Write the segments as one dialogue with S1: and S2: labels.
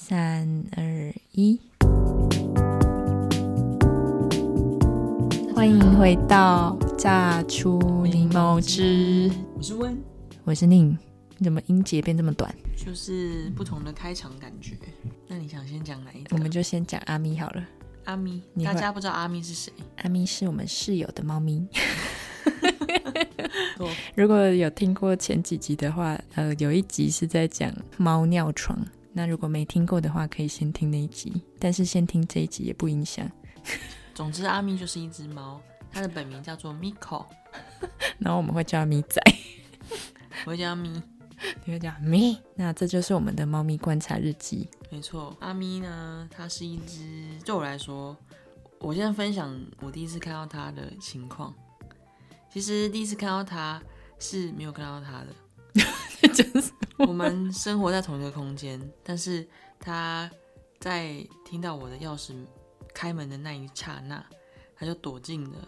S1: 三二一，欢迎回到榨出柠檬汁，
S2: 我是温，
S1: 我是宁。你怎么音节变这么短？
S2: 就是不同的开场感觉。那你想先讲哪一个？
S1: 我们就先讲阿咪好了。
S2: 阿咪，
S1: 你会
S2: 大家不知道阿咪是谁？
S1: 阿咪是我们室友的猫咪。
S2: 我
S1: 如果有听过前几集的话，呃，有一集是在讲猫尿床。那如果没听过的话，可以先听那一集，但是先听这一集也不影响。
S2: 总之，阿咪就是一只猫，它的本名叫做 Miko，
S1: 然后我们会叫它咪仔。
S2: 我会叫阿咪。
S1: 你会讲咪，那这就是我们的猫咪观察日记。
S2: 没错，阿咪呢，它是一只，对我来说，我现在分享我第一次看到它的情况。其实第一次看到它是没有看到它的，
S1: 就是
S2: 我们生活在同一个空间，但是他在听到我的钥匙开门的那一刹那，他就躲进了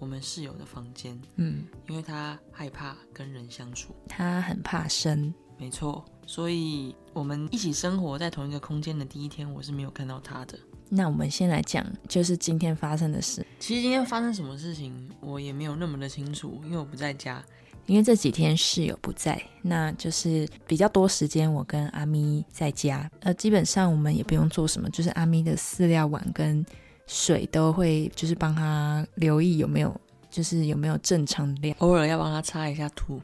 S2: 我们室友的房间，
S1: 嗯，
S2: 因为他害怕跟人相处。
S1: 它很怕生，
S2: 没错，所以我们一起生活在同一个空间的第一天，我是没有看到他的。
S1: 那我们先来讲，就是今天发生的事，
S2: 其实今天发生什么事情，我也没有那么的清楚，因为我不在家。
S1: 因为这几天室友不在，那就是比较多时间我跟阿咪在家。呃，基本上我们也不用做什么，就是阿咪的饲料碗跟水都会，就是帮它留意有没有，就是有没有正常的量，
S2: 偶尔要帮他擦一下吐，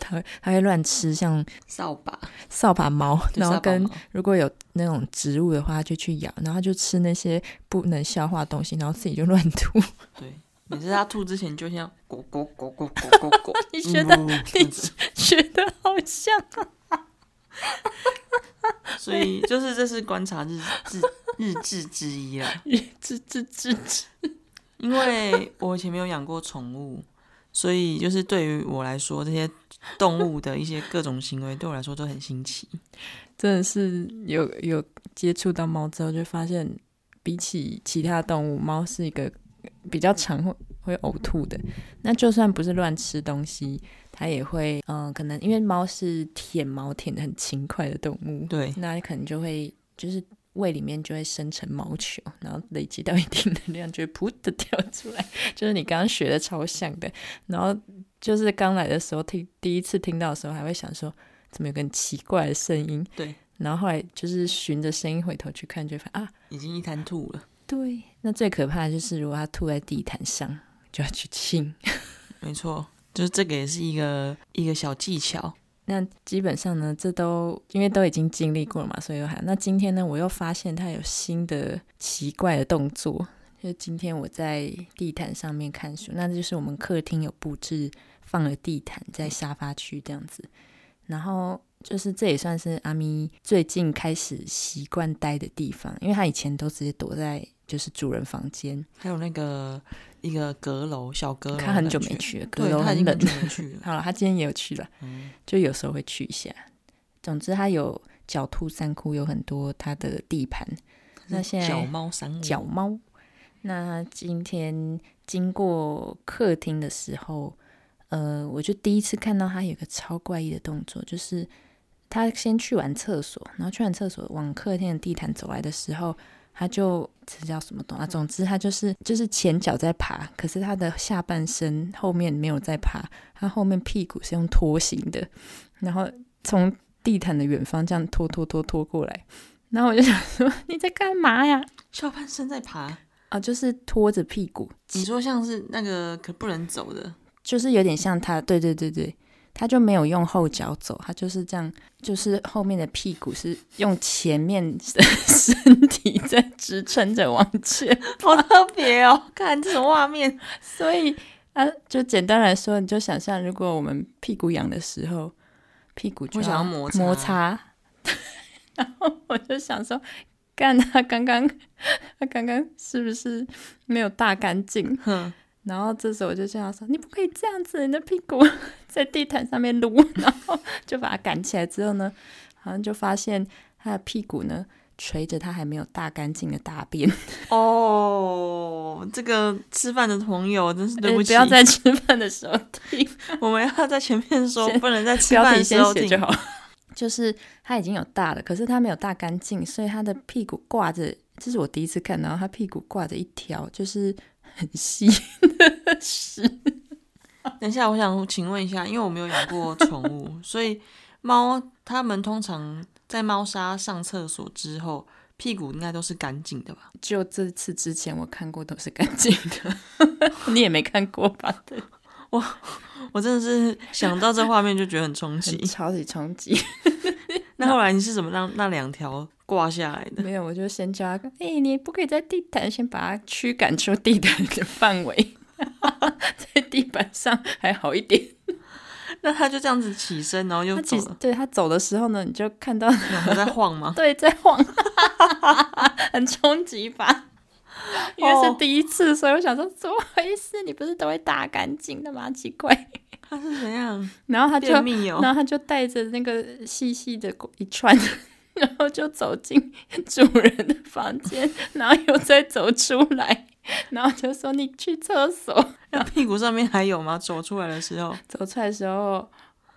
S1: 它会它会乱吃，像
S2: 扫把，
S1: 扫把猫，
S2: 就
S1: 然后
S2: 扫把
S1: 跟
S2: 毛
S1: 如果有那种植物的话，它就去咬，然后它就吃那些不能消化的东西，然后自己就乱吐。
S2: 对，每次他吐之前就像咕咕咕咕咕咕 咕，
S1: 你学得
S2: 嗯
S1: 你觉得好像啊
S2: 所以就是这是观察日志日志之一 啦，
S1: 吱吱吱吱。
S2: 因为我以前没有养过宠物，所以就是对于我来说，这些动物的一些各种行为对我来说都很新奇。
S1: 真的是有有接触到猫之后，就发现比起其他动物，猫是一个比较常会会呕吐的。那就算不是乱吃东西，它也会嗯、呃可能因为猫是舔毛舔的很勤快的动物，
S2: 对，
S1: 那可能就会就是胃里面就会生成毛球，然后累积到一定的量，就会噗的跳出来，就是你刚刚学的超像的。然后就是刚来的时候听第一次听到的时候，还会想说怎么有个很奇怪的声音。
S2: 对。
S1: 然后后来就是循着声音回头去看，就会发现啊，
S2: 已经一滩吐了，
S1: 对。那最可怕的就是如果它吐在地毯上，就要去清。
S2: 没错，就是这个也是一个一个小技巧。
S1: 那基本上呢，这都因为都已经经历过了嘛，所以又还那今天呢，我又发现它有新的奇怪的动作。就是今天我在地毯上面看书，那就是我们客厅有布置放了地毯在沙发区这样子，然后就是这也算是阿咪最近开始习惯待的地方，因为她以前都直接躲在就是主人房间，
S2: 还有那个一个阁楼小阁楼的感觉，
S1: 她很久没去了，阁
S2: 对，
S1: 楼
S2: 他
S1: 很
S2: 已经
S1: 冷
S2: 很。久没去 了。
S1: 好了，她今天也有去了。
S2: 嗯，
S1: 就有时候会去一下。总之，它有狡兔三窟，有很多它的地盘。 那现在
S2: 小猫三五
S1: 角猫，那今天经过客厅的时候，呃，我就第一次看到它有个超怪异的动作，就是它先去完厕所，然后去完厕所往客厅的地毯走来的时候，它就这叫什么动作啊？总之，它就是就是前脚在爬，可是它的下半身后面没有在爬，它后面屁股是用拖行的，然后从地毯的远方这样拖拖拖拖过来。然后我就想说 你在干嘛呀？
S2: 下半身在爬，
S1: 啊，就是拖着屁股，
S2: 你说像是那个可不能走的，
S1: 就是有点像他，对对对对，他就没有用后脚走，他就是这样，就是后面的屁股是用前面的 身体在支撑着往前，
S2: 好特别哦！ 看这种画面，
S1: 所以啊，就简单来说，你就想象如果我们屁股痒的时候，屁股就
S2: 会想要摩擦
S1: 摩擦， 然后我就想说，干他刚刚他刚刚是不是没有大干净？
S2: 哼，
S1: 然后这时候我就这样说：“你不可以这样子，你的屁股 在地毯上面撸。”然后就把它赶起来之后呢，好像就发现他的屁股呢垂着他还没有大干净的大便。
S2: 哦，这个吃饭的朋友真 是对不
S1: 哎
S2: 起，
S1: 不要在吃饭的时候听，
S2: 我们要在前面说
S1: 先
S2: 不能在吃
S1: 标
S2: 饭
S1: 题
S2: 的时
S1: 先
S2: 候
S1: 写
S2: 听
S1: 就好。就是它已经有大了，可是它没有大干净，所以它的屁股挂着，这是我第一次看到它屁股挂着一条就是很细的屎。
S2: 等一下，我想请问一下，因为我没有养过宠物，所以猫它们通常在猫砂上厕所之后，屁股应该都是干净的吧？
S1: 就这次之前我看过都是干净的， 你也没看过吧？对，
S2: 我真的是想到这画面就觉得 很冲击
S1: 很。超级冲击。
S2: 那后来你是怎么让那两条挂下来 的？
S1: 没有，我就先叫他，哎、你不可以在地毯，先把它驱赶出地毯的范围， 在地板上还好一点。
S2: 那它就这样子起身，然后又
S1: 他
S2: 走
S1: 其实
S2: 了，
S1: 对他走的时候呢，你就看到？
S2: 两条在晃 吗
S1: 对在晃， 很冲击吧？因为是
S2: 哦
S1: 第一次，所以我想说怎么回事？你不是都会打干净的吗？奇怪。
S2: 它是怎样？
S1: 然后他就
S2: 便秘哦、
S1: 然后他就带着那个细细的一串，然后就走进 主人的房间，然后又再走出来，然后就说你去厕所。
S2: 那 屁股上面还有吗？走出来的时候，
S1: 走出来的时候，哦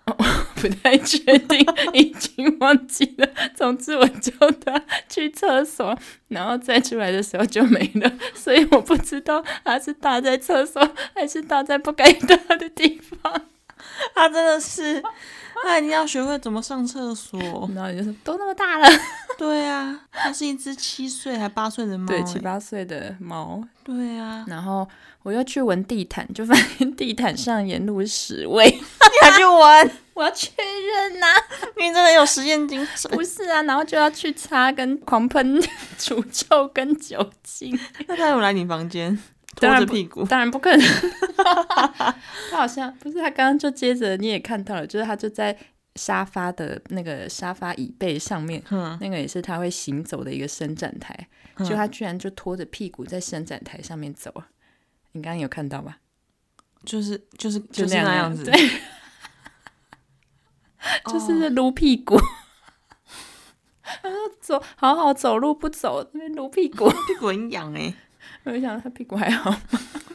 S1: 我不太确定，已经忘记了。总之我叫他去厕所，然后再出来的时候就没了，所以我不知道他是搭在厕所还是搭在不该搭的地方。
S2: 它真的 是，它一定哎要学会怎么上厕所。
S1: 然后你就说都那么大了。
S2: 对啊，它是一只七岁还八岁的猫、
S1: 对，
S2: 欸，
S1: 七八岁的猫，
S2: 对啊，
S1: 然后我又去闻地毯，就发现地毯上沿路是屎味，
S2: 你还去玩？
S1: 我要确认呐、
S2: 你真的有实验精 神，
S1: 不是啊，然后就要去擦跟狂喷除臭跟酒精，
S2: 那他有来你房间拖
S1: 当然
S2: 着
S1: 不
S2: 屁股？
S1: 当然不可能。他好像不是他刚刚就接着你也看到了，就是他就在沙发的那个沙发椅背上面，
S2: 嗯，
S1: 那个也是他会行走的一个伸展台，
S2: 嗯
S1: 就他居然就拖着屁股在伸展台上面走啊！你刚刚有看到吧？
S2: 就是就是
S1: 就是那样啊
S2: 那样子，
S1: 对 就是撸屁股。哦 他说走，好好走路不走，那边撸屁股。
S2: 屁股很痒哎、
S1: 我就想他屁股还好，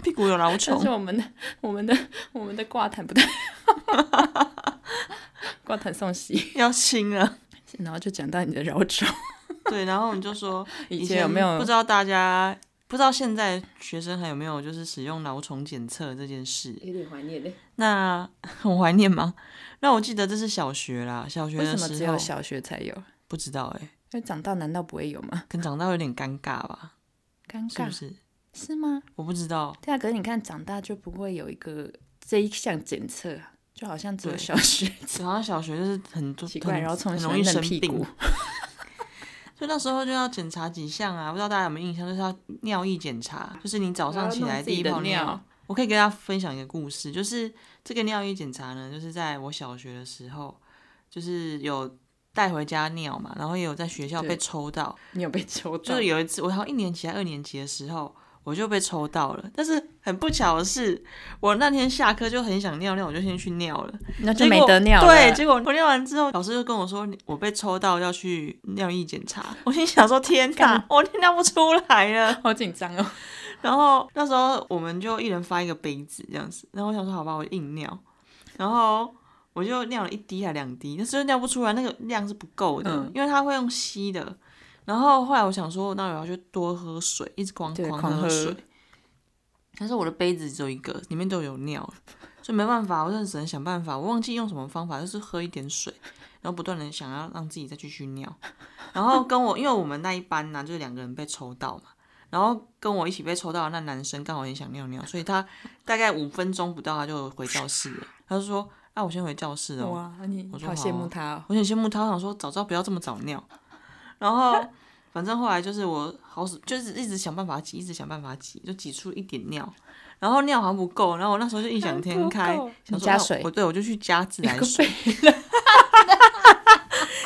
S2: 屁股有老虫
S1: 但是，我们的、我们的、我们的挂毯不太好， 挂毯送洗。
S2: 要亲了。
S1: 然后就讲到你的饶虫，
S2: 对，然后你就说
S1: 以
S2: 前
S1: 前有没有
S2: 不知道大家不知道现在学生还有没有就是使用脑虫检测这件事？
S1: 有点怀念嘞？
S2: 那 很怀念吗？那我记得这是小学啦，小学
S1: 为
S2: 的
S1: 什么只
S2: 时
S1: 有
S2: 候
S1: 小学才有？
S2: 不知道哎、
S1: 那长大难道不会有吗？
S2: 可能长大有点尴尬吧？
S1: 尴
S2: 是
S1: 尬
S2: 不是？
S1: 是吗？
S2: 我不知道，
S1: 对啊，可是你看长大就不会有一个这一项检测啊，就好像只有
S2: 对
S1: 小 学
S2: 好像小学就是很多
S1: 奇怪，
S2: 很
S1: 然后从
S2: 很
S1: 喜
S2: 容
S1: 欢
S2: 易
S1: 嫩
S2: 生
S1: 屁
S2: 病
S1: 股，，
S2: 所以那时候就要检查几项啊，不知道大家有没有印象，就是要尿液检查，就是你早上起
S1: 然后
S2: 来
S1: 啊弄自己
S2: 第一
S1: 的
S2: 泡
S1: 尿
S2: 我可以跟大家分享一个故事，就是这个尿液检查呢，就是在我小学的时候，就是有带回家尿嘛，然后也有在学校
S1: 对
S2: 被抽到，
S1: 你有被抽
S2: 就
S1: 到
S2: 是？有一次我好像一年级还二年级的时候。我就被抽到了，但是很不巧的是，我那天下课就很想尿尿，我就先去尿了。
S1: 那就
S2: 结
S1: 没
S2: 果
S1: 得尿了。
S2: 对，结果我尿完之后，老师就跟我说，你我被抽到要去尿液检查。 我心想说，天哪，我尿不出来了。
S1: 好紧张哦。
S2: 然后那时候我们就一人发一个杯子这样子。然后我想说，好吧，我硬尿。然后我就尿了一滴还两滴，但是尿不出来，那个量是不够的，
S1: 嗯
S2: 因为它会用吸的。然后后来我想说，那我要去多喝水，一直狂
S1: 对狂
S2: 狂
S1: 喝
S2: 水。但是我的杯子只有一个，里面都有尿了，所以没办法，我真的只能想办法。我忘记用什么方法，就是喝一点水，然后不断的想要让自己再继续尿。然后跟我，因为我们那一班呢、就是两个人被抽到嘛，然后跟我一起被抽到的那男生刚好也想尿尿，所以他大概五分钟不到他就回教室了。他就说：“啊，我先回教室哦。”
S1: 哇，你
S2: 我说
S1: 好
S2: 好
S1: 羡慕他哦。
S2: 我很羡慕他，我想说早知道不要这么早尿。然后反正后来就是我好死，就是一直想办法挤，一直想办法挤，就挤出一点尿。然后尿好像不够，然后我那时候就异想天开
S1: 不够，
S2: 想
S1: 你
S2: 说
S1: 加
S2: 那
S1: 水
S2: 我对我就去加自来
S1: 个
S2: 水。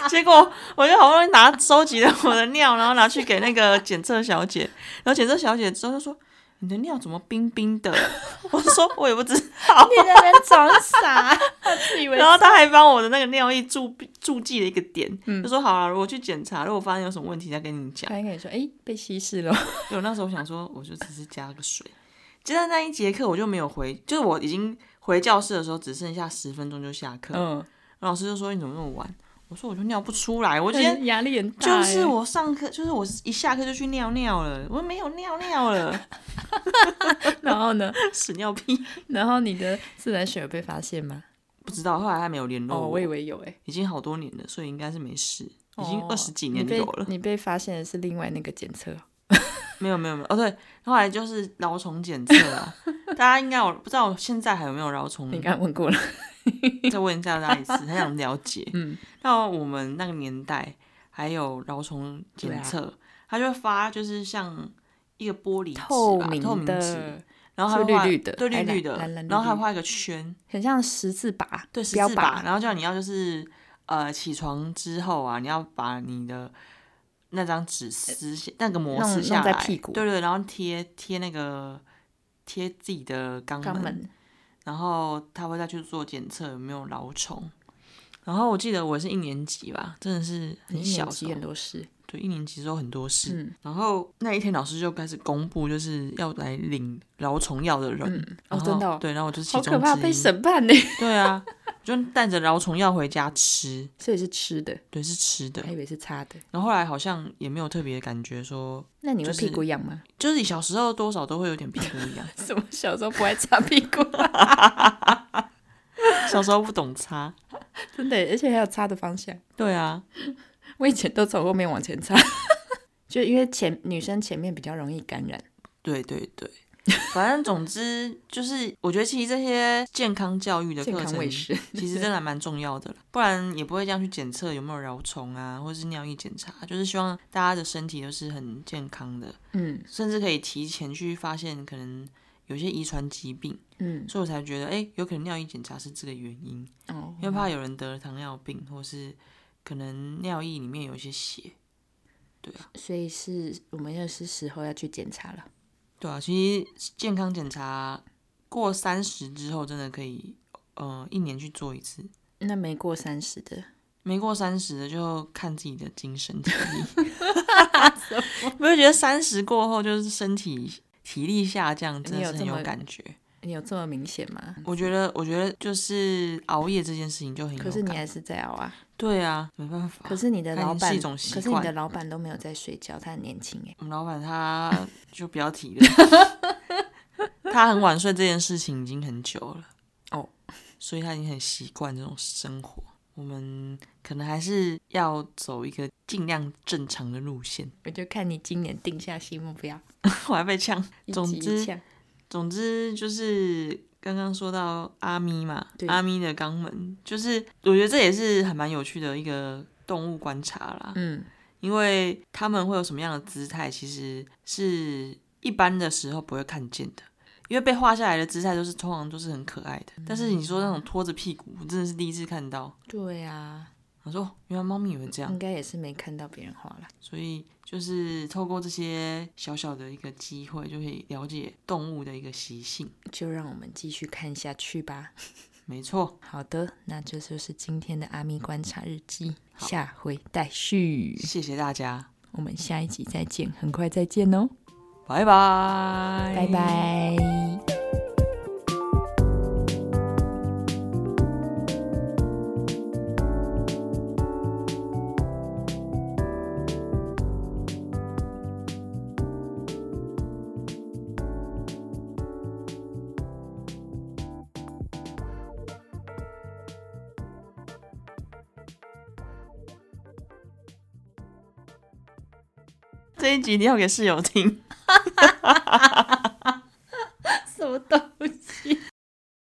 S2: 结果我就好不容易拿收集了我的尿，然后拿去给那个检测小姐， 然后检测小姐之后就说：“你的尿怎么冰冰的？” 我说：“我也不知道。”
S1: 你在那边 装傻，他 自以为
S2: 然后他还帮我的那个尿液注注记了一个点，
S1: 嗯
S2: 就说好了，啊如果去检查，如果发现有什么问题再跟你讲。
S1: 他应该说，哎、被稀释了。
S2: 对，我那时候想说，我就只是加个水。接着那一节课我就没有回，就是我已经回教室的时候只剩下十分钟就下课，
S1: 嗯，
S2: 然后老师就说你怎么那么晚？我说我就尿不出来，我今天
S1: 很压力很大
S2: 就
S1: 欸，
S2: 是我上课，就是我一下课就去尿尿了，我没有尿尿了，
S1: 然后呢，
S2: 屎尿屁，
S1: 然后你的自然血有被发现吗？
S2: 不知道，后来还没有联络
S1: 哦，我以为有诶、
S2: 已经好多年了，所以应该是没事，已经
S1: 哦
S2: 二十几年
S1: 你被
S2: 有了，
S1: 你被发现的是另外那个检测，
S2: 没有没有没有，哦对，后来就是蛲虫检测 啊，大家应该有不知道现在还有没有蛲虫，
S1: 你刚刚问 过了。
S2: 再问一下大家一次，很想了解。
S1: 嗯，
S2: 那我们那个年代还有蛲虫检
S1: 啊
S2: 测，它就会发就是像一个玻璃纸吧
S1: 透明
S2: 透明
S1: 的
S2: 纸，然后还会
S1: 是
S2: 画
S1: 绿绿的
S2: 对绿
S1: 还蓝
S2: 绿的，
S1: 蓝蓝绿
S2: 然后还
S1: 绿
S2: 画一个圈，
S1: 很像十字靶，
S2: 对，十
S1: 标
S2: 字
S1: 靶
S2: 靶，然后叫你要就是呃起床之后啊，你要把你的。那张纸撕下，那个膜
S1: 弄
S2: 撕下
S1: 弄在
S2: 来，
S1: 屁股
S2: 对对，然后贴贴那个贴自己的肛
S1: 肛门，
S2: 然后他会再去做检测有没有老虫。然后我记得我是一年级吧，真的是很
S1: 你
S2: 小
S1: 年
S2: 时
S1: 纪
S2: 候
S1: 很，多事，
S2: 对，一年级的时候很多事。
S1: 嗯
S2: 然后那一天老师就开始公布，就是要来领老虫药的人。
S1: 嗯，哦，
S2: 然后
S1: 真的哦、
S2: 对，然后我就是其
S1: 好
S2: 中之一。
S1: 可怕，被审判呢，
S2: 对啊，我就带着老虫药回家吃，
S1: 所以是吃的，
S2: 对，是吃的
S1: 还。以为是擦的。
S2: 然后后来好像也没有特别感觉说，
S1: 那你会
S2: 就是
S1: 屁股痒吗？
S2: 就是你小时候多少都会有点屁股痒，
S1: 什么小时候不爱擦屁股？
S2: 小时候不懂擦。
S1: 真的，而且还有擦的方向。
S2: 对啊，
S1: 我以前都从后面往前擦， 就因为前女生前面比较容易感染。
S2: 对对对，反正总之就是，我觉得其实这些健康教育的
S1: 健
S2: 课
S1: 康
S2: 程，
S1: 卫 士
S2: 其实真的还蛮重要的啦，不然也不会这样去检测有没有蛲虫啊，或是尿液检查，就是希望大家的身体都是很健康的，
S1: 嗯
S2: 甚至可以提前去发现可能有些遗传疾病，
S1: 嗯，
S2: 所以我才觉得，哎、有可能尿液检查是这个原因，
S1: 哦
S2: 因为怕有人得了糖尿病，或是可能尿液里面有一些血。对啊，
S1: 所以是我们又是时候要去检查了。
S2: 对啊，其实健康检查过三十之后，真的可以，呃，一年去做一次。
S1: 那没过三十的，
S2: 没过三十的就看自己的精神体 力。不会觉得三十过后就是身体体力下降，真
S1: 你
S2: 的
S1: 有
S2: 是很
S1: 这
S2: 有
S1: 么嗯
S2: 感觉。
S1: 你有这么明显吗？
S2: 我觉得，我觉得就是熬夜这件事情就很有
S1: 可
S2: 感。
S1: 是你还是在熬啊。
S2: 对啊，没办法。
S1: 可是你的
S2: 它已
S1: 老
S2: 经是
S1: 板，
S2: 一种习
S1: 可是你
S2: 惯
S1: 的老板都没有在睡觉，他很年轻哎。
S2: 我们老 板他就不要提了，他很晚睡这件事情已经很久了
S1: 哦，
S2: 所以他已经很习惯这种生活。我们可能还是要走一个尽量正常的路线。
S1: 我就看你今年定下新目标，
S2: 我还被呛。
S1: 一
S2: 总
S1: 级一
S2: 之
S1: 呛
S2: 总之就是刚刚说到阿咪嘛
S1: 对，
S2: 阿咪的肛门，就是我觉得这也是还蛮有趣的一个动物观察啦。
S1: 嗯，
S2: 因为他们会有什么样的姿态，其实是一般的时候不会看见的。因为被画下来的姿态都是通常都是很可爱的，但是你说那种拖着屁股，我真的是第一次看到。
S1: 对啊，
S2: 我说，哦原来猫咪也会这样
S1: 应，该也是没看到别人画了。
S2: 所以就是透过这些小小的一个机会，就可以了解动物的一个习性。
S1: 就让我们继续看下去吧。
S2: 没错，
S1: 好的，那这就是今天的阿咪观察日记，下回待续，
S2: 谢谢大家。
S1: 我们下一集再见，很快再见哦，
S2: 拜拜，
S1: 拜 拜
S2: 这一集一定要给室友听。
S1: 什么东